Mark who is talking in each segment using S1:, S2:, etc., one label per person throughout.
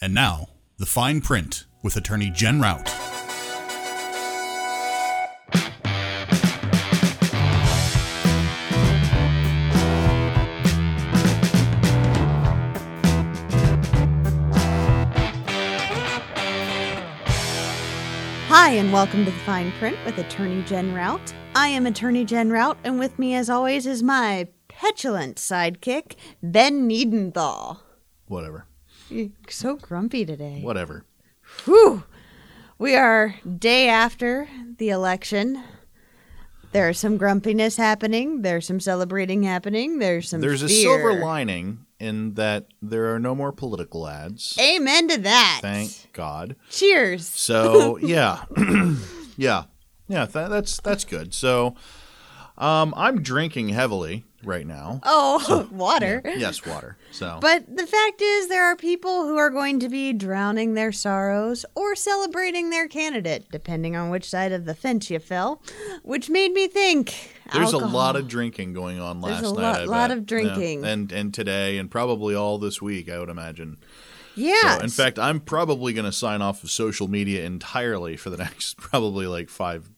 S1: And now, the fine print with attorney Jen Rout.
S2: Hi, and welcome to the Fine Print with Attorney Jen Rout. I am Attorney Jen Rout, and with me, as always, is my petulant sidekick, Ben Niedenthal.
S1: Whatever.
S2: You're so grumpy today.
S1: Whatever.
S2: Whew. We are day after the election. There's some grumpiness happening. There's some celebrating happening. There's some
S3: There's a
S2: fear.
S3: silver lining in that there are no more political ads.
S2: Amen to that.
S3: Thank God.
S2: Cheers.
S3: So yeah, yeah, yeah. Th- that's that's good. So, um, I'm drinking heavily right now.
S2: Oh, water.
S3: Yes, water. So
S2: But the fact is, there are people who are going to be drowning their sorrows or celebrating their candidate, depending on which side of the fence you fell, which made me think.
S3: there's a
S2: alcohol.
S3: lot of drinking going on last
S2: There's a
S3: night.
S2: lot-
S3: I
S2: lot
S3: bet.
S2: of drinking.
S3: yeah. and and today, and probably all this week. I would imagine.
S2: Yeah.
S3: So, in fact, I'm probably going to sign off of social media entirely for the next probably like five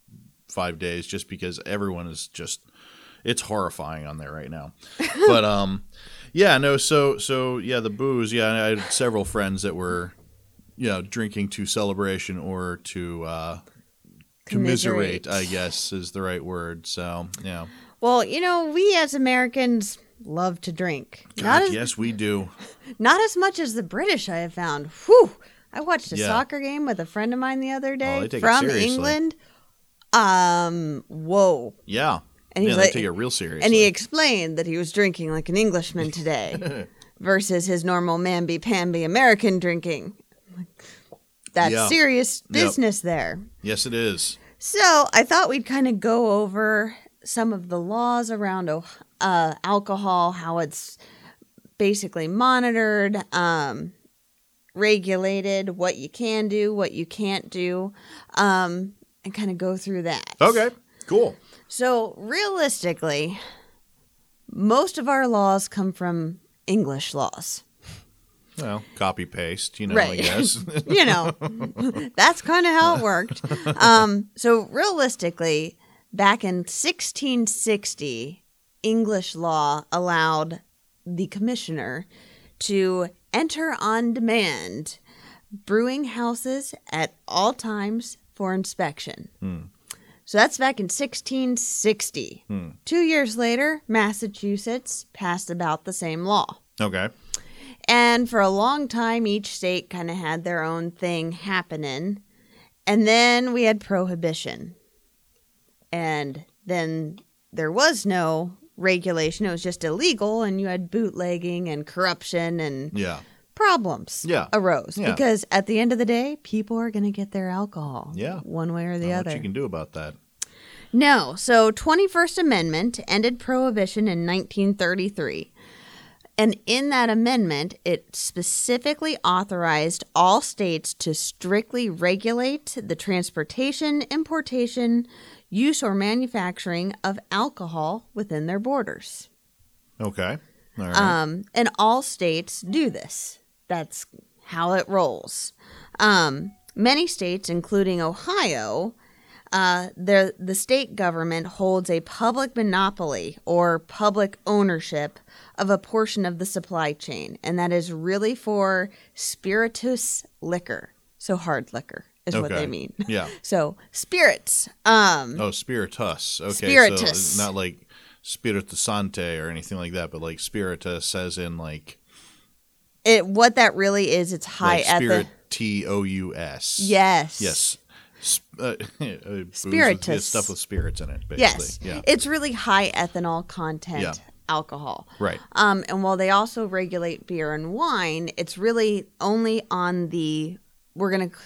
S3: five days, just because everyone is just it's horrifying on there right now. but um, yeah, no, so so yeah, the booze. Yeah, I had several friends that were you know drinking to celebration or to uh, commiserate. I guess is the right word. So yeah,
S2: Well, you know, we as Americans love to drink. not,
S3: God,
S2: as,
S3: yes, we do.
S2: not as much as the British, I have found. Whew. I watched a
S3: Yeah. Oh,
S2: soccer game with a friend of mine the other day
S3: they take it
S2: from
S3: seriously.
S2: England. Um, whoa.
S3: Yeah,
S2: And he's
S3: yeah,
S2: like-
S3: they take it real serious.
S2: And he explained that he was drinking like an Englishman today versus his normal mamby pamby American drinking. That's
S3: Yeah.
S2: serious
S3: Yep.
S2: business there.
S3: yes, it is.
S2: So I thought we'd kind of go over some of the laws around oh- uh, alcohol, how it's basically monitored, um, regulated, what you can do, what you can't do, um, and kind of go through that.
S3: Okay, cool.
S2: So, realistically, most of our laws come from English laws.
S3: Well, copy paste, you know,
S2: Right.
S3: I guess.
S2: You know, that's kind of how it worked. Um, so, realistically, back in 1660, English law allowed the commissioner to enter on demand brewing houses at all times for inspection. So that's back in 1660. Two years later, Massachusetts passed about the same law.
S3: okay.
S2: And for a long time, each state kind of had their own thing happening. And then we had prohibition. And then there was no regulation, it was just illegal, and you had bootlegging and corruption and
S3: Yeah.
S2: problems
S3: Yeah.
S2: arose.
S3: Yeah.
S2: Because at the end of the day, people are going to get their alcohol
S3: Yeah.
S2: one way or the
S3: Not
S2: other.
S3: What you can do about that?
S2: No, so 21st Amendment ended prohibition in 1933. And in that amendment, it specifically authorized all states to strictly regulate the transportation, importation, use or manufacturing of alcohol within their borders.
S3: Okay. All right.
S2: Um, and all states do this. That's how it rolls. Um, many states, including Ohio, uh, the the state government holds a public monopoly or public ownership of a portion of the supply chain, and that is really for spiritus liquor. So hard liquor is what
S3: Okay.
S2: they mean.
S3: yeah.
S2: So spirits. Um,
S3: Oh, spiritus. Okay. So
S2: Spiritus.
S3: it's not like spiritusante or anything like that, but like spiritus as in like,
S2: it what that really is. It's high
S3: like
S2: at
S3: spirit
S2: the
S3: T O U S.
S2: yes
S3: Yes. Sp- uh, booze with-
S2: Spiritus.
S3: stuff with spirits in it, basically.
S2: Yes.
S3: Yeah.
S2: It's really high ethanol content
S3: Yeah.
S2: alcohol.
S3: Right.
S2: Um, and while they also regulate beer and wine, it's really only on the, we're going to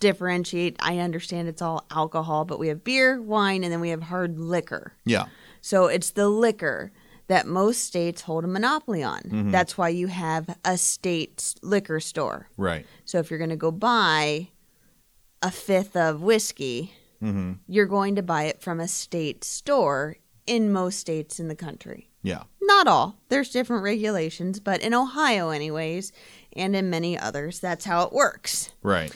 S2: differentiate. I understand it's all alcohol, but we have beer, wine, and then we have hard liquor.
S3: Yeah.
S2: So it's the liquor that most states hold a monopoly on.
S3: Mm-hmm.
S2: That's why you have a state liquor store.
S3: Right.
S2: So if you're going to go buy a fifth of whiskey, you're going to buy it from a state store in most states in the country.
S3: Yeah.
S2: Not all. There's different regulations, but in Ohio, anyways, and in many others, that's how it works.
S3: Right.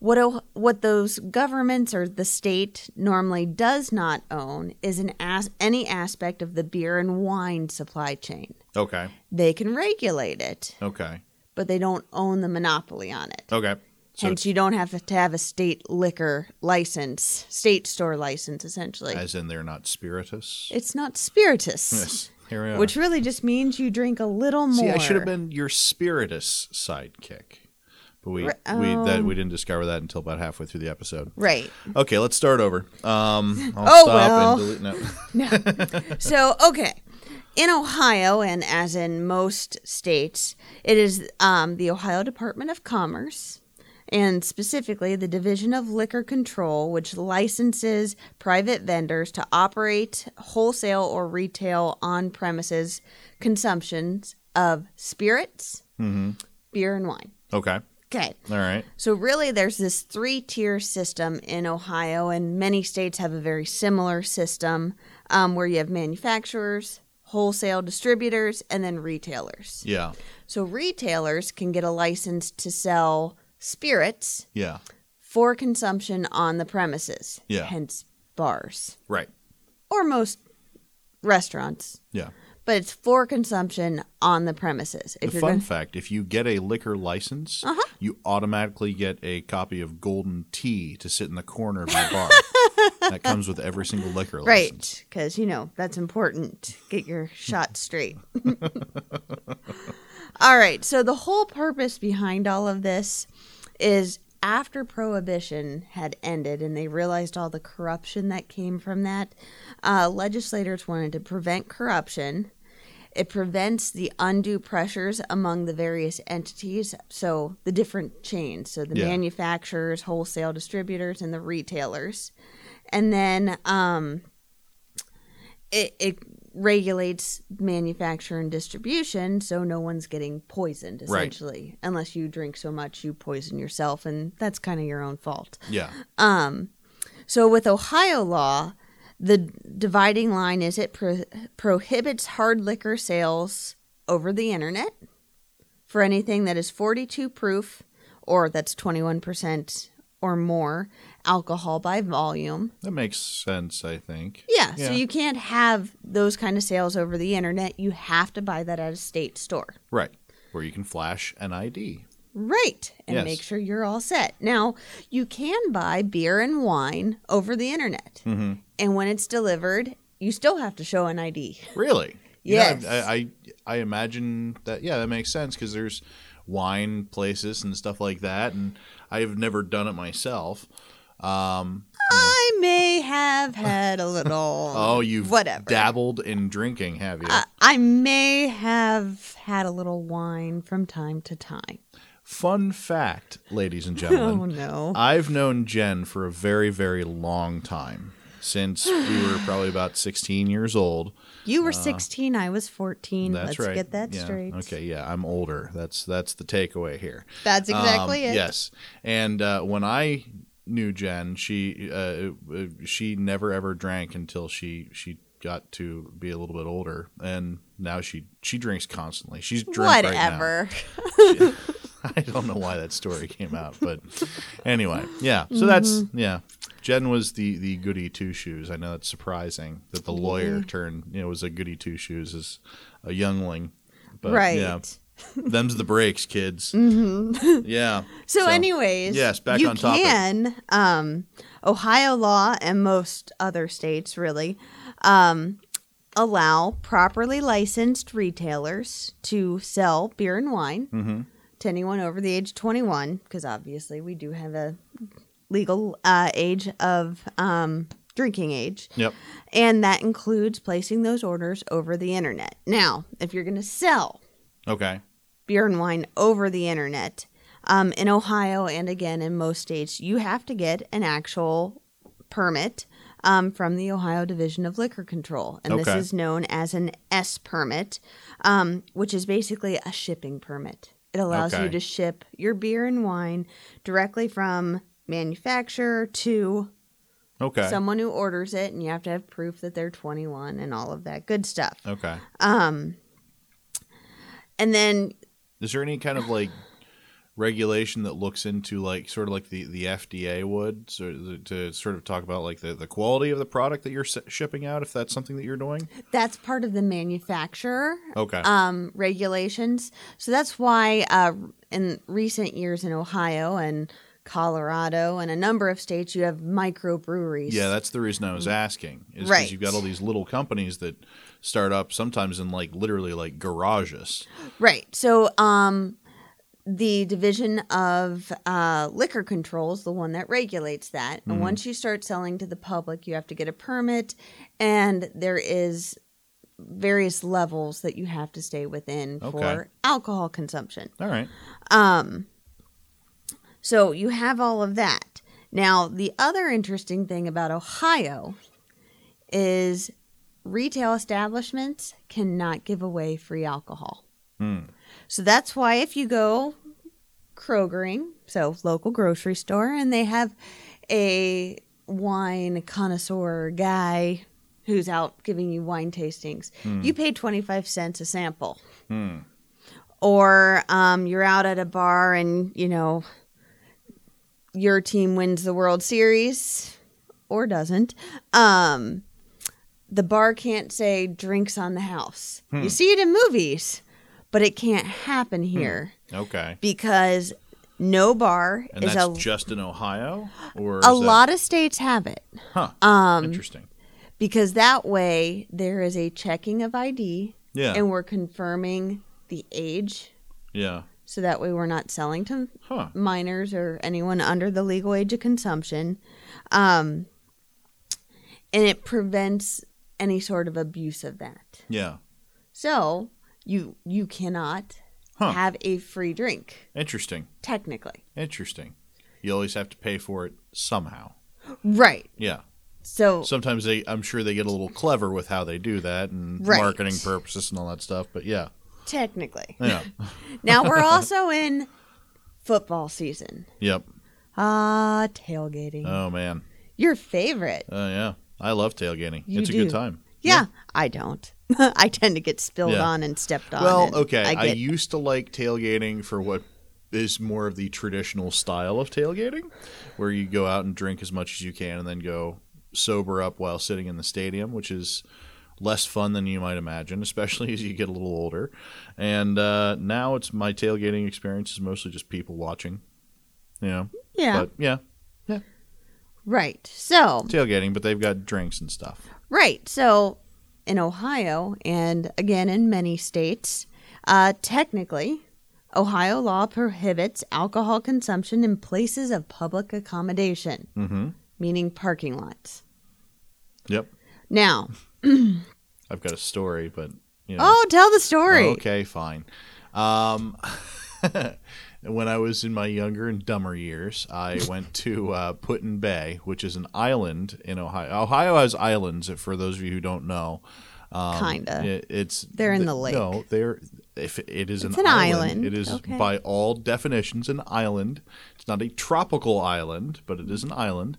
S2: What o- what those governments or the state normally does not own is an as- any aspect of the beer and wine supply chain.
S3: Okay.
S2: They can regulate it,
S3: Okay.
S2: but they don't own the monopoly on it.
S3: Okay. So
S2: Hence, you don't have to have a state liquor license, state store license, essentially.
S3: as in they're not spiritus.
S2: it's not spiritus,
S3: Yes. Here we are.
S2: which really just means you drink a little more.
S3: See, I should have been your spiritus sidekick. But we,
S2: Re-
S3: we that
S2: um.
S3: we didn't discover that until about halfway through the episode.
S2: Right.
S3: Okay, let's start over. Um, I'll
S2: Oh,
S3: stop
S2: well.
S3: and delete. No.
S2: So, okay. In Ohio, and as in most states, it is um, the Ohio Department of Commerce, and specifically the Division of Liquor Control, which licenses private vendors to operate wholesale or retail on premises consumptions of spirits, beer, and wine.
S3: Okay.
S2: Okay.
S3: All right.
S2: So really there's this three-tier system in Ohio and many states have a very similar system um, where you have manufacturers, wholesale distributors, and then retailers.
S3: Yeah.
S2: So retailers can get a license to sell spirits
S3: Yeah.
S2: for consumption on the premises,
S3: Yeah.
S2: hence bars
S3: Right.
S2: or most restaurants.
S3: Yeah.
S2: But it's for consumption on the premises. If
S3: the
S2: you're Uh-huh.
S3: fun
S2: going
S3: fact if you get a liquor license, you automatically get a copy of Golden Tea to sit in the corner of your bar. that comes with every single liquor license.
S2: Right, because you know that's important. Get your shot straight. all right. So the whole purpose behind all of this is after prohibition had ended and they realized all the corruption that came from that, uh, legislators wanted to prevent corruption. It prevents the undue pressures among the various entities, so the different chains, so the
S3: Yeah.
S2: manufacturers, wholesale distributors, and the retailers. And then um, it, it regulates manufacture and distribution so no one's getting poisoned
S3: Right.
S2: essentially unless you drink so much you poison yourself and that's kind of your own fault
S3: Yeah.
S2: so with ohio law the dividing line is it pro- prohibits hard liquor sales over the internet for anything that is 42 proof or that's 21% or more alcohol by volume
S3: That makes sense, I think.
S2: yeah,
S3: Yeah.
S2: so you can't have those kind of sales over the internet. You have to buy that at a state store.
S3: Right. Where you can flash an ID.
S2: Right. And
S3: Yes.
S2: make sure you're all set. Now, you can buy beer and wine over the internet.
S3: Mm-hmm.
S2: And when it's delivered, you still have to show an ID.
S3: Really? Yeah.
S2: Yes.
S3: I, I I imagine that. Yeah, that makes sense because there's wine places and stuff like that, and I've never done it myself. Um,
S2: I may have had a little.
S3: oh, you've
S2: Whatever. Uh,
S3: dabbled in drinking, have you?
S2: I- I may have had a little wine from time to time.
S3: Fun fact, ladies and
S2: Oh,
S3: gentlemen,
S2: no.
S3: I've known Jen for a very, very long time. Since we were probably about 16 years old.
S2: You were 16, I was 14.
S3: uh, That's
S2: Let's
S3: right.
S2: get that
S3: Yeah.
S2: straight.
S3: Okay, yeah, I'm older. That's that's the takeaway here.
S2: That's
S3: Um,
S2: exactly it.
S3: Yes, and uh, when I knew Jen, she uh, uh, she never ever drank until she she got to be a little bit older, and now she she drinks constantly. She's drunk
S2: Whatever.
S3: Right now. I don't know why that story came out, but anyway, yeah. So that's
S2: Mm-hmm.
S3: yeah. Jen was the the goody two shoes. I know that's surprising that
S2: Mm-hmm.
S3: the lawyer turned you know was a goody two shoes as a youngling. But,
S2: right. Mm-hmm.
S3: Yeah, them's the breaks, kids. Yeah.
S2: So, anyways,
S3: Yes, back
S2: you
S3: on topic.
S2: can. Um, Ohio law and most other states really um, allow properly licensed retailers to sell beer and wine
S3: Mm-hmm.
S2: to anyone over the age of 21, because obviously we do have a legal uh, age of um, drinking age.
S3: Yep.
S2: And that includes placing those orders over the internet. Now, if you're going to sell
S3: Okay.
S2: beer and wine over the internet. Um, in Ohio and again in most states, you have to get an actual permit um, from the Ohio Division of Liquor Control. And this
S3: Okay.
S2: is known as an S permit, um, which is basically a shipping permit. It allows
S3: Okay.
S2: you to ship your beer and wine directly from manufacturer to
S3: Okay.
S2: someone who orders it, and you have to have proof that they're 21 and all of that good stuff.
S3: okay.
S2: And then
S3: Is there any kind of like regulation that looks into like sort of like the, the FDA would so th- to sort of talk about like the, the quality of the product that you're s- shipping out if that's something that you're doing.
S2: That's part of the manufacturer
S3: Okay.
S2: um, regulations. So that's why uh, in recent years in Ohio and Colorado and a number of states, you have microbreweries.
S3: yeah, that's the reason I was asking is because
S2: Mm-hmm. Right.
S3: you've got all these little companies that start up sometimes in like literally like garages.
S2: Right. So, um, the division of uh, liquor controls, the one that regulates that.
S3: Mm-hmm.
S2: And once you start selling to the public, you have to get a permit, and there is various levels that you have to stay within
S3: Okay.
S2: for alcohol consumption.
S3: All right.
S2: So you have all of that. Now, the other interesting thing about Ohio is retail establishments cannot give away free alcohol.
S3: Hmm.
S2: So that's why if you go Krogering, so local grocery store, and they have a wine connoisseur guy who's out giving you wine tastings, you pay 25 cents a sample. Or um, you're out at a bar and, you know, your team wins the World Series or doesn't, um, the bar can't say drinks on the house.
S3: Hmm.
S2: You see it in movies, but it can't happen here
S3: Okay.
S2: because no bar
S3: And
S2: is
S3: that's
S2: a
S3: just in Ohio or
S2: a
S3: is that-
S2: lot of states have it
S3: Huh. Um, Interesting.
S2: because that way there is a checking of ID
S3: Yeah.
S2: and we're confirming the age
S3: yeah.
S2: so that way we're not selling to
S3: Huh.
S2: minors or anyone under the legal age of consumption. Um, and it prevents any sort of abuse of that.
S3: Yeah.
S2: So you you cannot
S3: Huh.
S2: have a free drink
S3: Interesting.
S2: technically.
S3: Interesting. You always have to pay for it somehow.
S2: Right.
S3: Yeah.
S2: So
S3: Sometimes they, I'm sure they get a little clever with how they do that and
S2: Right.
S3: marketing purposes and all that stuff. But yeah,
S2: technically.
S3: yeah,
S2: now we're also in football season.
S3: yep.
S2: Ah, tailgating.
S3: Oh man,
S2: Your favorite.
S3: oh yeah. I love tailgating.
S2: You
S3: it's a
S2: do.
S3: good time.
S2: Yeah, I don't. I tend to get spilled
S3: Yeah.
S2: on and stepped on.
S3: Well,
S2: and
S3: okay. I,
S2: I get
S3: used to like tailgating for what is more of the traditional style of tailgating, where you go out and drink as much as you can and then go sober up while sitting in the stadium, which is less fun than you might imagine, especially as you get a little older. And uh, now it's my tailgating experience is mostly just people watching. You know,
S2: yeah,
S3: but yeah,
S2: right. So
S3: tailgating, but they've got drinks and stuff.
S2: Right. So in Ohio, and again in many states, uh, technically, Ohio law prohibits alcohol consumption in places of public accommodation,
S3: Mm-hmm.
S2: meaning parking lots.
S3: Yep,
S2: Now,
S3: I've got a story, but you know.
S2: oh, tell the story.
S3: Okay, fine. Um, when I was in my younger and dumber years, I went to uh, Putin Bay, which is an island in Ohio. Ohio has islands, for those of you who don't know. Um,
S2: Kinda.
S3: it- it's
S2: They're in the lake.
S3: No, they're if it is
S2: It's
S3: an,
S2: an
S3: island,
S2: island.
S3: It is
S2: Okay.
S3: by all definitions an island. It's not a tropical island, but it is an island.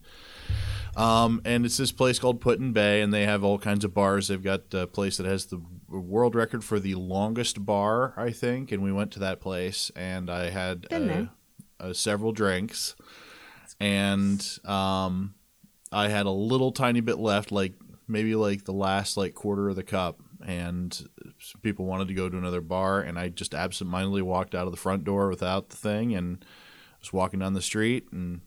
S3: Um, and it's this place called Putin Bay, and they have all kinds of bars. They've got a place that has the world record for the longest bar, I think. And we went to that place, and I had
S2: Been there.
S3: uh, uh, several drinks, and um, I had a little tiny bit left, like maybe like the last like quarter of the cup. And people wanted to go to another bar, and I just absentmindedly walked out of the front door without the thing, and was walking down the street, and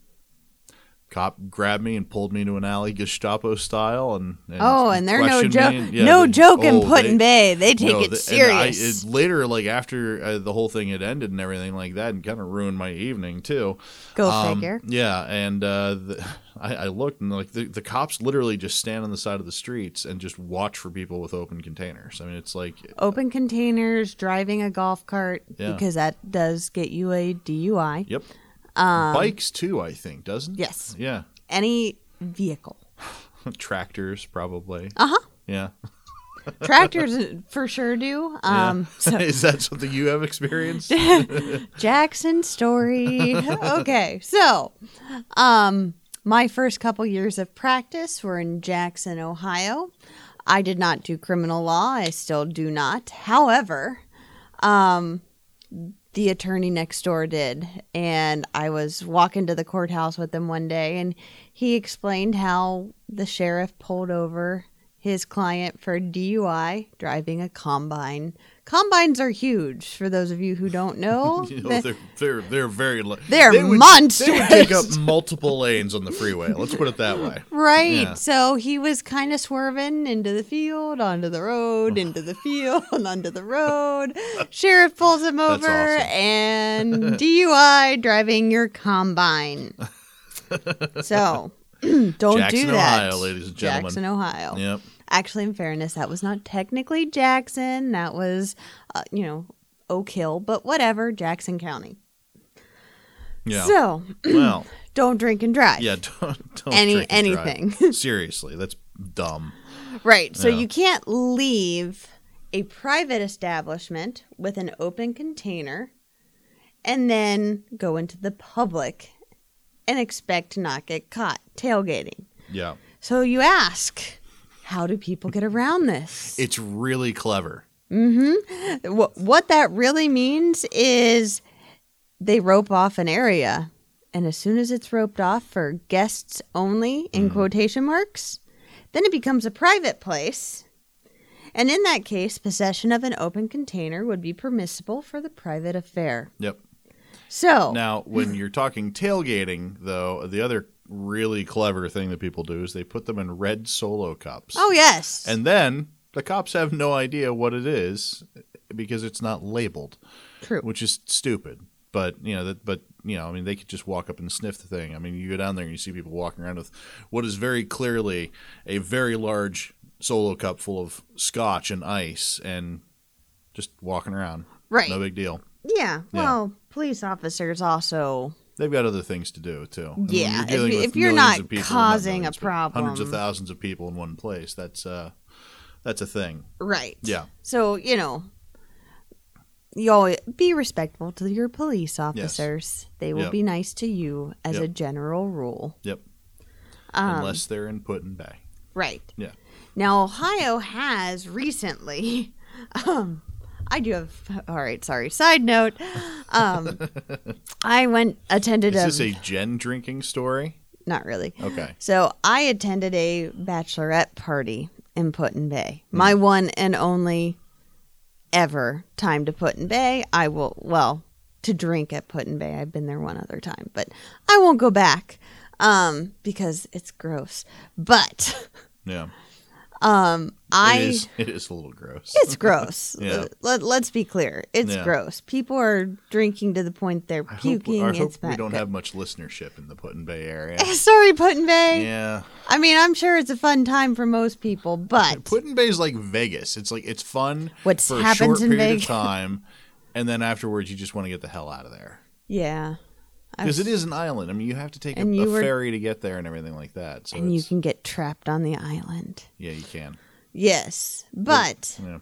S3: cop grabbed me and pulled me into an alley Gestapo style, and, and
S2: Oh, and they're no
S3: questioned
S2: joke.
S3: me, and- yeah,
S2: no
S3: they-
S2: joke in
S3: oh,
S2: Putin
S3: they-
S2: Bay. They take
S3: no,
S2: it
S3: th- and I-
S2: serious.
S3: it- later, like after uh, the whole thing had ended and everything like that, and kind of ruined my evening too.
S2: Go
S3: Um,
S2: figure.
S3: Yeah, and uh, the, I, I looked and like the, the cops literally just stand on the side of the streets and just watch for people with open containers. I mean, it's like
S2: Open containers, driving a golf cart,
S3: Yeah.
S2: because that does get you a DUI.
S3: yep, bikes too. I think doesn't
S2: Um, Yes.
S3: yeah,
S2: Any vehicle.
S3: tractors probably.
S2: Uh huh.
S3: Yeah,
S2: Tractors for sure do. Um, so
S3: is that something you have experienced?
S2: Jackson story. okay, so um, my first couple years of practice were in Jackson, Ohio. I did not do criminal law. I still do not. However, um, the attorney next door did. And I was walking to the courthouse with him one day, and he explained how the sheriff pulled over his client for DUI driving a combine. Combines are huge, for those of you who don't know.
S3: You know,
S2: The-
S3: they're they're they're very li-
S2: They're
S3: they would, They would take up
S2: monstrous.
S3: multiple lanes on the freeway. Let's put it that way.
S2: Right.
S3: Yeah.
S2: So he was kind of swerving into the field, onto the road, into the field, onto the road. Sheriff pulls him over
S3: awesome.
S2: and DUI driving your combine. So don't do
S3: Jackson,
S2: that.
S3: Ohio, ladies and gentlemen.
S2: Jackson, Ohio.
S3: Yep.
S2: Actually, in fairness, that was not technically Jackson. That was, uh, you know, Oak Hill, but whatever, Jackson County.
S3: Yeah.
S2: So
S3: well,
S2: don't drink and drive.
S3: yeah. Don't, don't
S2: Any-
S3: drink and drive.
S2: anything.
S3: Seriously, that's dumb.
S2: Right. So
S3: Yeah.
S2: you can't leave a private establishment with an open container and then go into the public and expect to not get caught tailgating.
S3: Yeah.
S2: So you ask, how do people get around this?
S3: It's really clever.
S2: Wh- what that really means is they rope off an area. And as soon as it's roped off for guests only, in
S3: Mm.
S2: quotation marks, then it becomes a private place. And in that case, possession of an open container would be permissible for the private affair.
S3: Yep.
S2: So,
S3: Now, when you're talking tailgating, though, the other really clever thing that people do is they put them in red solo cups.
S2: oh, yes.
S3: And then the cops have no idea what it is because it's not labeled,
S2: True.
S3: which is stupid. But you know that, but you know, I mean, they could just walk up and sniff the thing. I mean, you go down there and you see people walking around with what is very clearly a very large solo cup full of scotch and ice, and just walking around.
S2: Right.
S3: No big deal.
S2: yeah. Well, police officers also.
S3: They've got other things to do too. And when
S2: Yeah, if
S3: dealing
S2: you-
S3: with
S2: if you're
S3: millions
S2: not
S3: of people-
S2: causing a
S3: millions, but hundreds
S2: problem.
S3: of thousands of people in one place, that's uh, that's a thing.
S2: Right.
S3: Yeah.
S2: So, you know, you always be respectful to your police officers. They will
S3: Yep.
S2: be nice to you as a
S3: Yep.
S2: general rule.
S3: Yep.
S2: Um,
S3: Unless they're in Put and Bay.
S2: Right.
S3: Yeah.
S2: Now, Ohio has recently. Um, I do have. All right. Sorry. Side note. Um, I went attended
S3: Is this Oh,
S2: a
S3: a gin drinking story?
S2: not really.
S3: Okay.
S2: So I attended a bachelorette party in Put in Bay.
S3: Hmm.
S2: My one and only ever time to Put in Bay. I will well to drink at Put in Bay. I've been there one other time, but I won't go back um, because it's gross. But
S3: Yeah.
S2: um, I
S3: it, is, it is a little gross.
S2: it's gross.
S3: Yeah.
S2: Let, us be clear. It's
S3: Yeah.
S2: gross. People are drinking to the point they're
S3: I hope,
S2: puking.
S3: I hope
S2: it's
S3: we
S2: not
S3: don't
S2: good.
S3: have much listenership in the Put and Bay area.
S2: Sorry, Put in Bay.
S3: yeah.
S2: I mean, I'm sure it's a fun time for most people, but
S3: Put and Bay is like Vegas. It's like it's fun
S2: What's
S3: for a short
S2: happens in
S3: period
S2: Vegas.
S3: of time, and then afterwards you just want to get the hell out of there.
S2: yeah. I
S3: Because
S2: was-
S3: it is an island. I mean, you have to take a,
S2: And you
S3: a
S2: were-
S3: ferry to get there and everything like that. So
S2: and you
S3: it's-
S2: can get trapped on the island.
S3: yeah, you can.
S2: Yes, but
S3: Yeah.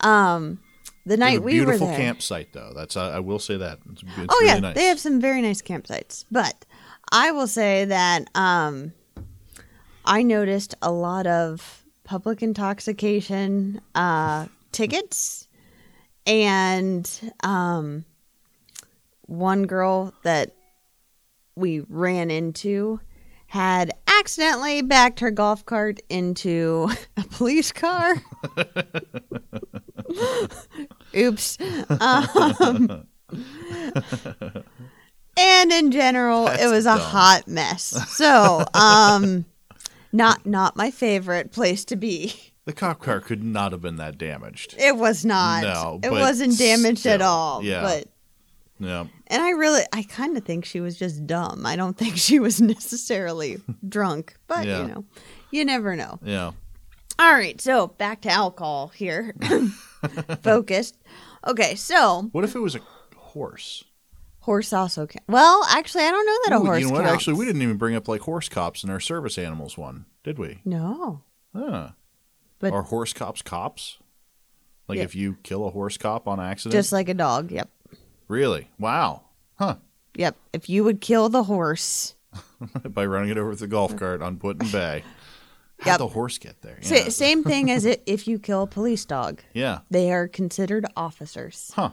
S2: um, the
S3: It's
S2: night
S3: a
S2: we were
S3: beautiful
S2: there.
S3: campsite, though. That's I, I will say that. It's, it's
S2: oh
S3: really
S2: yeah,
S3: nice.
S2: they have some very nice campsites, but I will say that um, I noticed a lot of public intoxication uh, tickets, and um, one girl that we ran into had accidentally backed her golf cart into a police car. Oops. Um, and in general, it was a
S3: dumb.
S2: hot mess. So, um, not not my favorite place to be.
S3: The cop car could not have been that damaged.
S2: It was not.
S3: No,
S2: it
S3: but
S2: wasn't damaged at
S3: still,
S2: all.
S3: yeah.
S2: But
S3: Yeah.
S2: and I really, I kind of think she was just dumb. I don't think she was necessarily drunk, but
S3: Yeah.
S2: you know, you never know.
S3: Yeah.
S2: All right, so back to alcohol here. Focused. Okay, so
S3: What if it was a horse?
S2: horse also can. Well, actually, I don't know that a
S3: Ooh,
S2: horse.
S3: you know what?
S2: counts.
S3: Actually, we didn't even bring up like horse cops in our service animals one, did we?
S2: No,
S3: Huh.
S2: But-
S3: Are horse cops cops? Like
S2: Yeah.
S3: if you kill a horse cop on accident?
S2: just like a dog. Yep,
S3: really? Wow. Huh.
S2: yep. If you would kill the horse,
S3: By running it over with the golf cart on Put in Bay. How'd
S2: Yep.
S3: the horse get there?
S2: Sa-
S3: Yeah.
S2: same thing as it, if you kill a police dog.
S3: yeah.
S2: They are considered officers.
S3: Huh.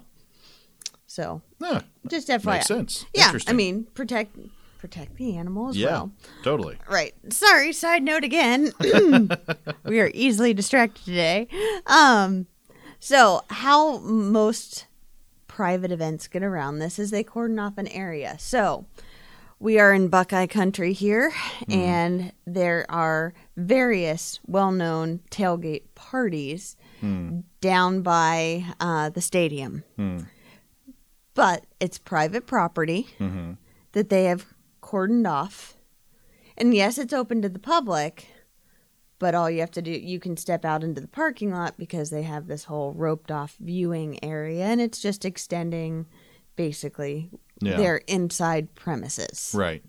S2: So
S3: Yeah,
S2: just FYI.
S3: makes sense.
S2: Yeah, I
S3: Interesting.
S2: mean protect protect the animal as
S3: yeah,
S2: well.
S3: totally.
S2: Right. Sorry, side note again. we are easily distracted today. Um so how most private events get around this is they cordon off an area. So we are in Buckeye country here
S3: Hmm.
S2: and there are various well-known tailgate parties
S3: Hmm.
S2: down by uh, the stadium. But it's private property
S3: Mm-hmm.
S2: that they have cordoned off. And yes, it's open to the public, but all you have to do, you can step out into the parking lot because they have this whole roped off viewing area and it's just extending basically
S3: Yeah.
S2: their inside premises.
S3: Right.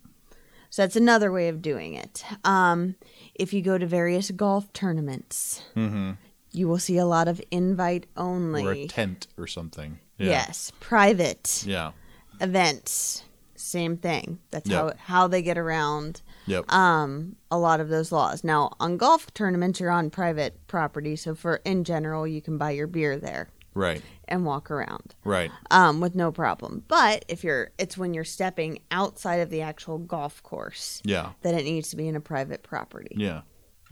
S2: So that's another way of doing it. Um, if you go to various golf tournaments,
S3: Mm-hmm.
S2: you will see a lot of invite
S3: Or a
S2: only.
S3: tent or something. Yeah.
S2: Yes, private
S3: Yeah.
S2: events. Same thing. That's
S3: Yep.
S2: how how they get around
S3: Yep.
S2: um, a lot of those laws. Now, on golf tournaments, you're on private property, so for in general, you can buy your beer there
S3: right.
S2: and walk around
S3: Right.
S2: um, with no problem. But if you're, it's when you're stepping outside of the actual golf course
S3: Yeah.
S2: that it needs to be in a private property.
S3: Yeah.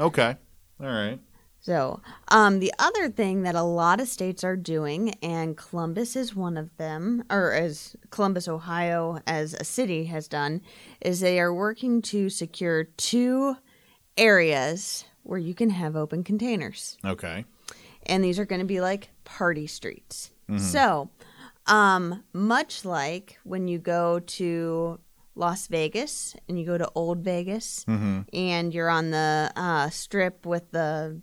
S3: Okay. All right.
S2: So, um, the other thing that a lot of states are doing, and Columbus is one of them, or as Columbus, Ohio, as a city has done, is they are working to secure two areas where you can have open containers.
S3: Okay.
S2: And these are going to be like party streets. So, um, much like when you go to Las Vegas and you go to Old Vegas
S3: Mm-hmm.
S2: and you're on the uh, strip with the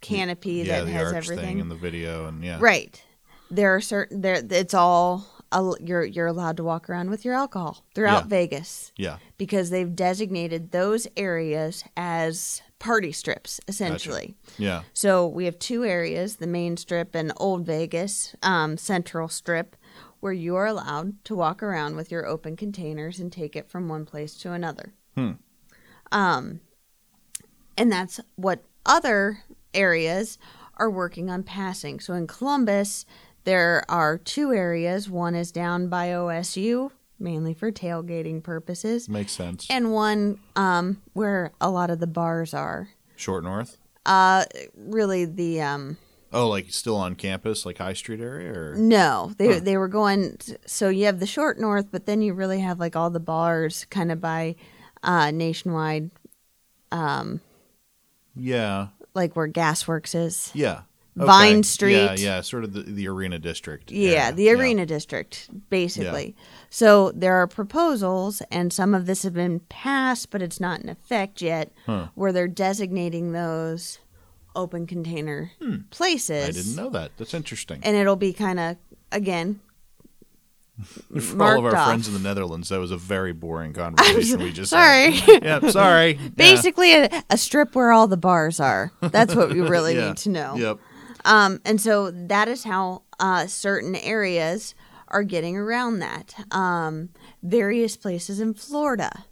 S2: canopy
S3: yeah,
S2: that
S3: the
S2: has
S3: arch
S2: everything.
S3: thing in the video and yeah.
S2: right. There are certain there. It's all al- you're you're allowed to walk around with your alcohol throughout
S3: Yeah.
S2: Vegas
S3: Yeah.
S2: because they've designated those areas as party strips essentially.
S3: Yeah.
S2: So we have two areas: the main strip and Old Vegas um, Central Strip. Where you are allowed to walk around with your open containers and take it from one place to another.
S3: Hmm.
S2: Um, and that's what other areas are working on passing. So in Columbus, there are two areas. One is down by OSU, mainly for tailgating purposes,
S3: Makes sense.
S2: and one um, where a lot of the bars are.
S3: Short North.
S2: Uh, really, the um,
S3: Oh, like still on campus, like High Street area, or
S2: no, they
S3: Huh.
S2: they were going. So you have the short north, but then you really have like all the bars kind of by uh, nationwide, um,
S3: yeah,
S2: like where Gasworks is.
S3: yeah.
S2: Vine
S3: Yeah,
S2: Street.
S3: yeah, sort of the, the arena district.
S2: Yeah, the arena district, basically. So there are proposals, and some of this has been passed, but it's not in effect yet,
S3: Huh.
S2: where they're designating those open container places.
S3: Hmm. I didn't know that. That's interesting.
S2: And it'll be kind of, again,
S3: For all of
S2: marked
S3: our
S2: off.
S3: friends in the Netherlands, that was a very boring conversation we just
S2: sorry.
S3: had. Yeah, sorry. Yeah.
S2: Basically, a, a strip where all the bars are. That's what we really
S3: Yeah.
S2: need to know.
S3: Yep.
S2: Um, and so that is how uh, certain areas are getting around that. Um, various places in Florida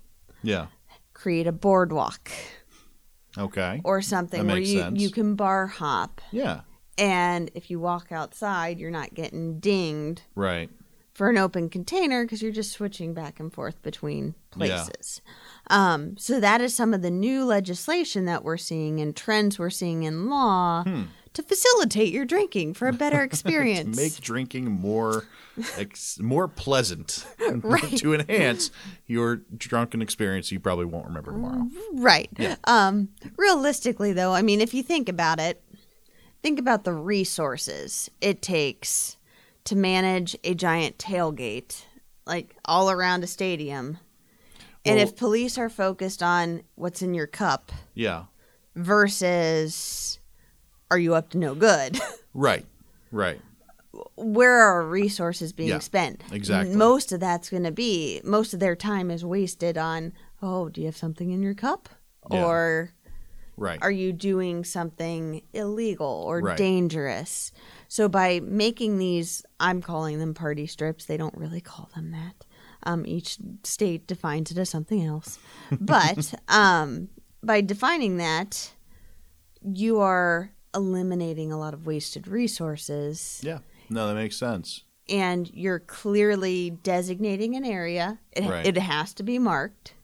S3: Yeah.
S2: create a boardwalk
S3: Okay.
S2: or something
S3: That
S2: where
S3: makes
S2: you,
S3: sense.
S2: you can bar hop.
S3: Yeah.
S2: And if you walk outside, you're not getting dinged
S3: Right.
S2: for an open container because you're just switching back and forth between
S3: Yeah.
S2: places. Um, so that is some of the new legislation that we're seeing and trends we're seeing in law
S3: Hmm.
S2: to facilitate your drinking for a better experience.
S3: Make drinking more ex- more pleasant
S2: Right.
S3: to enhance your drunken experience you probably won't remember tomorrow.
S2: Mm-hmm. Right. Um, realistically, though, I mean, if you think about it, think about the resources it takes to manage a giant tailgate, like all around a stadium. and
S3: Well-
S2: if police are focused on what's in your cup
S3: Yeah.
S2: versus are you up to no good,
S3: Right. Right.
S2: where are resources being
S3: Yeah,
S2: spent?
S3: exactly.
S2: Most of that's going to be, most of their time is wasted on, oh, do you have something in your cup?
S3: Yeah.
S2: Or.
S3: Right.
S2: are you doing something illegal or
S3: Right.
S2: dangerous? So by making these, I'm calling them party strips. They don't really call them that. Um, each state defines it as something else. But um, by defining that, you are eliminating a lot of wasted resources
S3: Yeah. No, that makes sense.
S2: and you're clearly designating an area. It,
S3: Right.
S2: it has to be marked,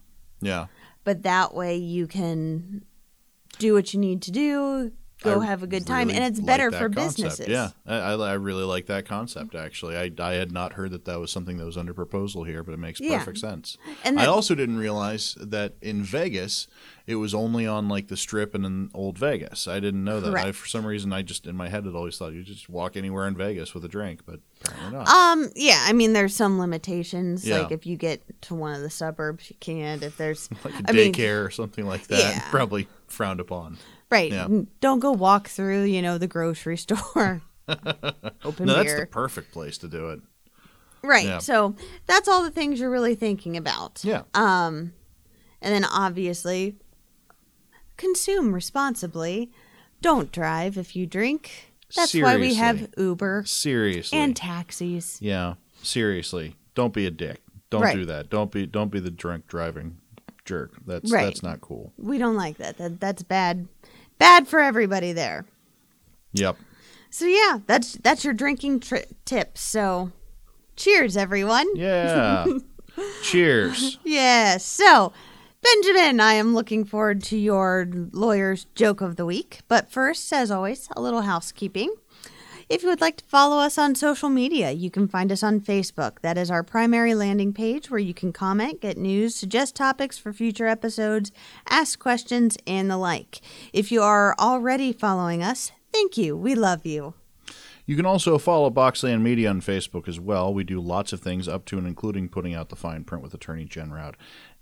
S3: Yeah.
S2: but that way you can do what you need to do, go
S3: I
S2: have a good time,
S3: really
S2: and it's
S3: like
S2: better
S3: that
S2: for
S3: concept.
S2: businesses.
S3: Yeah, I, I, I really like that concept actually. I, I had not heard that that was something that was under proposal here, but it makes
S2: Yeah.
S3: perfect sense.
S2: And
S3: I
S2: that-
S3: also didn't realize that in Vegas it was only on like the Strip and in Old Vegas. I didn't know that. I,
S2: Correct.
S3: for some reason, I just in my head had always thought you just walk anywhere in Vegas with a drink, but apparently not.
S2: Um, yeah, I mean, there's some limitations.
S3: Yeah.
S2: Like if you get to one of the suburbs, you can't. If there's
S3: like a
S2: I mean-
S3: daycare or something like that,
S2: Yeah.
S3: probably frowned upon.
S2: right,
S3: Yeah.
S2: don't go walk through, you know, the grocery store. Open
S3: No, that's
S2: beer.
S3: the perfect place to do it.
S2: right.
S3: yeah.
S2: So that's all the things you're really thinking about.
S3: Yeah,
S2: Um, and then obviously, consume responsibly. Don't drive if you drink. That's why we have Uber
S3: seriously.
S2: and taxis.
S3: Yeah, seriously, don't be a dick. Don't
S2: Right.
S3: do that. Don't be don't be the drunk driving jerk. That's
S2: Right.
S3: that's not cool.
S2: We don't like that. that that's bad. Bad for everybody there.
S3: Yep.
S2: So yeah, that's that's your drinking tri- tip. So, cheers, everyone.
S3: Yeah. Cheers.
S2: Yeah. So, Benjamin, I am looking forward to your lawyer's joke of the week. But first, as always, a little housekeeping. If you would like to follow us on social media, you can find us on Facebook. That is our primary landing page where you can comment, get news, suggest topics for future episodes, ask questions, and the like. If you are already following us, thank you. We love you.
S3: You can also follow Boxland Media on Facebook as well. We do lots of things up to and including putting out the fine print with Attorney Jen Rout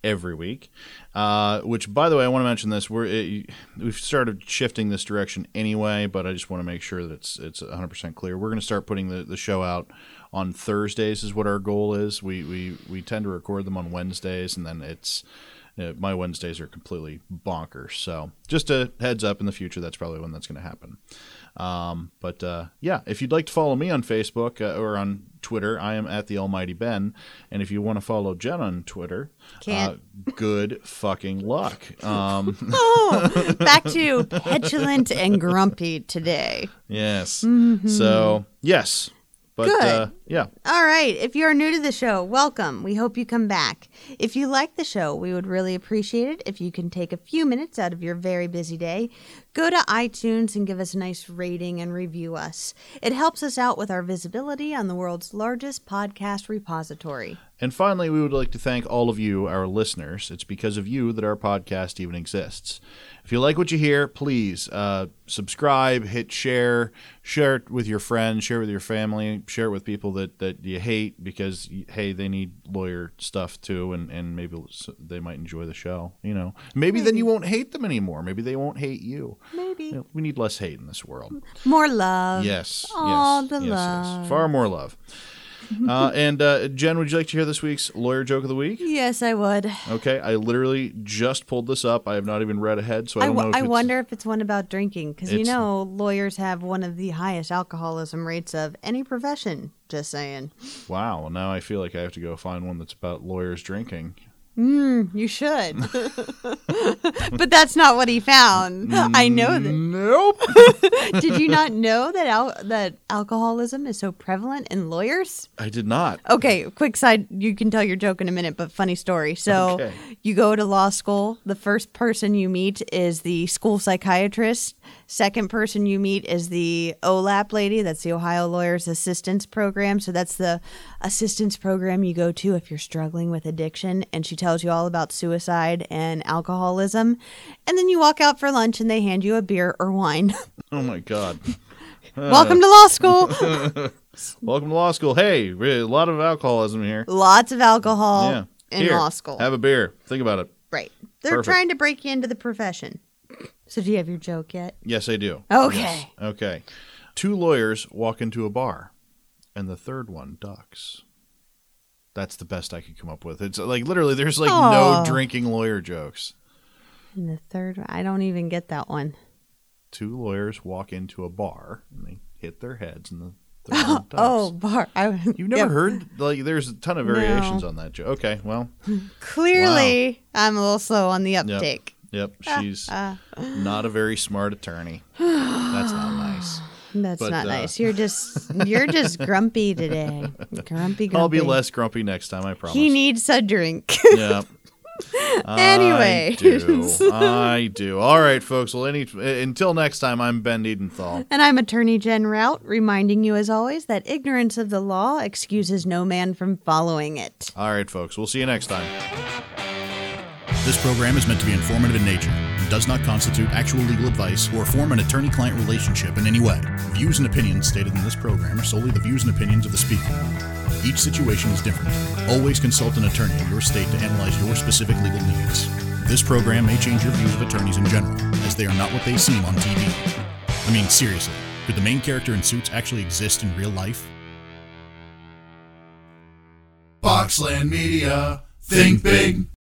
S3: every week. Uh, which, by the way, I want to mention this. We're it, we've started shifting this direction anyway, but I just want to make sure that it's it's 100 percent clear. We're going to start putting the, the show out on Thursdays. Is what our goal is. We we we tend to record them on Wednesdays, and then it's. uh, My Wednesdays are completely bonkers. So, just a heads up in the future, that's probably when that's going to happen. Um, but uh, yeah, if you'd like to follow me on Facebook uh, or on Twitter, I am at the Almighty Ben. And if you want to follow Jen on Twitter,
S2: Can't.
S3: Uh, good fucking luck. Um,
S2: Oh, back to petulant and grumpy today.
S3: yes. So yes, but
S2: Mm-hmm. Good.
S3: Uh, yeah,
S2: All right. If you are new to the show, welcome. We hope you come back. If you like the show, we would really appreciate it if you can take a few minutes out of your very busy day, go to iTunes and give us a nice rating and review us. It helps us out with our visibility on the world's largest podcast repository.
S3: And finally, we would like to thank all of you, our listeners. It's because of you that our podcast even exists. If you like what you hear, please uh, subscribe, hit share, share it with your friends, share it with your family, share it with people that, that you hate because, hey, they need lawyer stuff too, and, and maybe s- they might enjoy the show. You know, maybe, then you won't hate them anymore. Maybe they won't hate you.
S2: Mm-hmm.
S3: You
S2: Maybe
S3: know, we need less hate in this world.
S2: more love.
S3: Yes.
S2: Aw,
S3: yes,
S2: the
S3: yes,
S2: love.
S3: Yes. Far more love. uh, and uh, Jen, would you like to hear this week's lawyer joke of the week?
S2: Yes, I would.
S3: Okay, I literally just pulled this up. I have not even read ahead, so I
S2: I,
S3: don't
S2: w-
S3: know. If
S2: I
S3: it's-
S2: wonder if it's one about drinking because you
S3: It's-
S2: know lawyers have one of the highest alcoholism rates of any profession. Just saying,
S3: Wow, well, now I feel like I have to go find one that's about lawyers drinking.
S2: you should, but that's not what he found. I know that.
S3: Nope.
S2: Did you not know that al- that alcoholism is so prevalent in lawyers?
S3: I did not.
S2: Okay, quick side. You can tell your joke in a minute, but funny story. So,
S3: Okay.
S2: you go to law school. The first person you meet is the school psychiatrist. Second person you meet is the OLAP lady. That's the Ohio Lawyers Assistance Program. So, that's the assistance program you go to if you're struggling with addiction. And she tells you all about suicide and alcoholism. And then you walk out for lunch and they hand you a beer or wine.
S3: Oh my god. Uh,
S2: Welcome to law school.
S3: Welcome to law school. Hey, really, a lot of alcoholism here.
S2: Lots of alcohol
S3: yeah.
S2: in
S3: Here,
S2: law school.
S3: Have a beer. Think about it.
S2: Right. They're
S3: Perfect.
S2: trying to break you into the profession. So do you have your joke yet?
S3: Yes, I do.
S2: Okay.
S3: Yes. Okay. Two lawyers walk into a bar, and the third one ducks. That's the best I could come up with. It's like literally, there's like
S2: Aw.
S3: no drinking lawyer jokes.
S2: And the third one, I don't even get that one.
S3: two lawyers walk into a bar and they hit their heads and the third one
S2: Oh,
S3: dies.
S2: bar. I,
S3: You've never heard like there's a ton of
S2: No.
S3: variations on that joke. Okay, well,
S2: Clearly, I'm a little slow on the uptake. Uh,
S3: yep, she's not a very smart attorney. That's not nice.
S2: That's
S3: But,
S2: not
S3: uh,
S2: nice. You're just you're just grumpy today. Grumpy, grumpy.
S3: I'll be less grumpy next time, I promise.
S2: He needs a drink.
S3: yeah. I
S2: Anyways.
S3: do. I do. All right, folks. Well, any until next time, I'm Ben Edenthal.
S2: And I'm Attorney Jen Rout, reminding you as always that ignorance of the law excuses no man from following it.
S3: All right, folks. We'll see you next time.
S1: This program is meant to be informative in nature and does not constitute actual legal advice or form an attorney client relationship in any way. Views and opinions stated in this program are solely the views and opinions of the speaker. Each situation is different. Always consult an attorney in your state to analyze your specific legal needs. This program may change your views of attorneys in general, as they are not what they seem on TV. I mean, seriously, could the main character in Suits actually exist in real life? Boxland Media. Think big.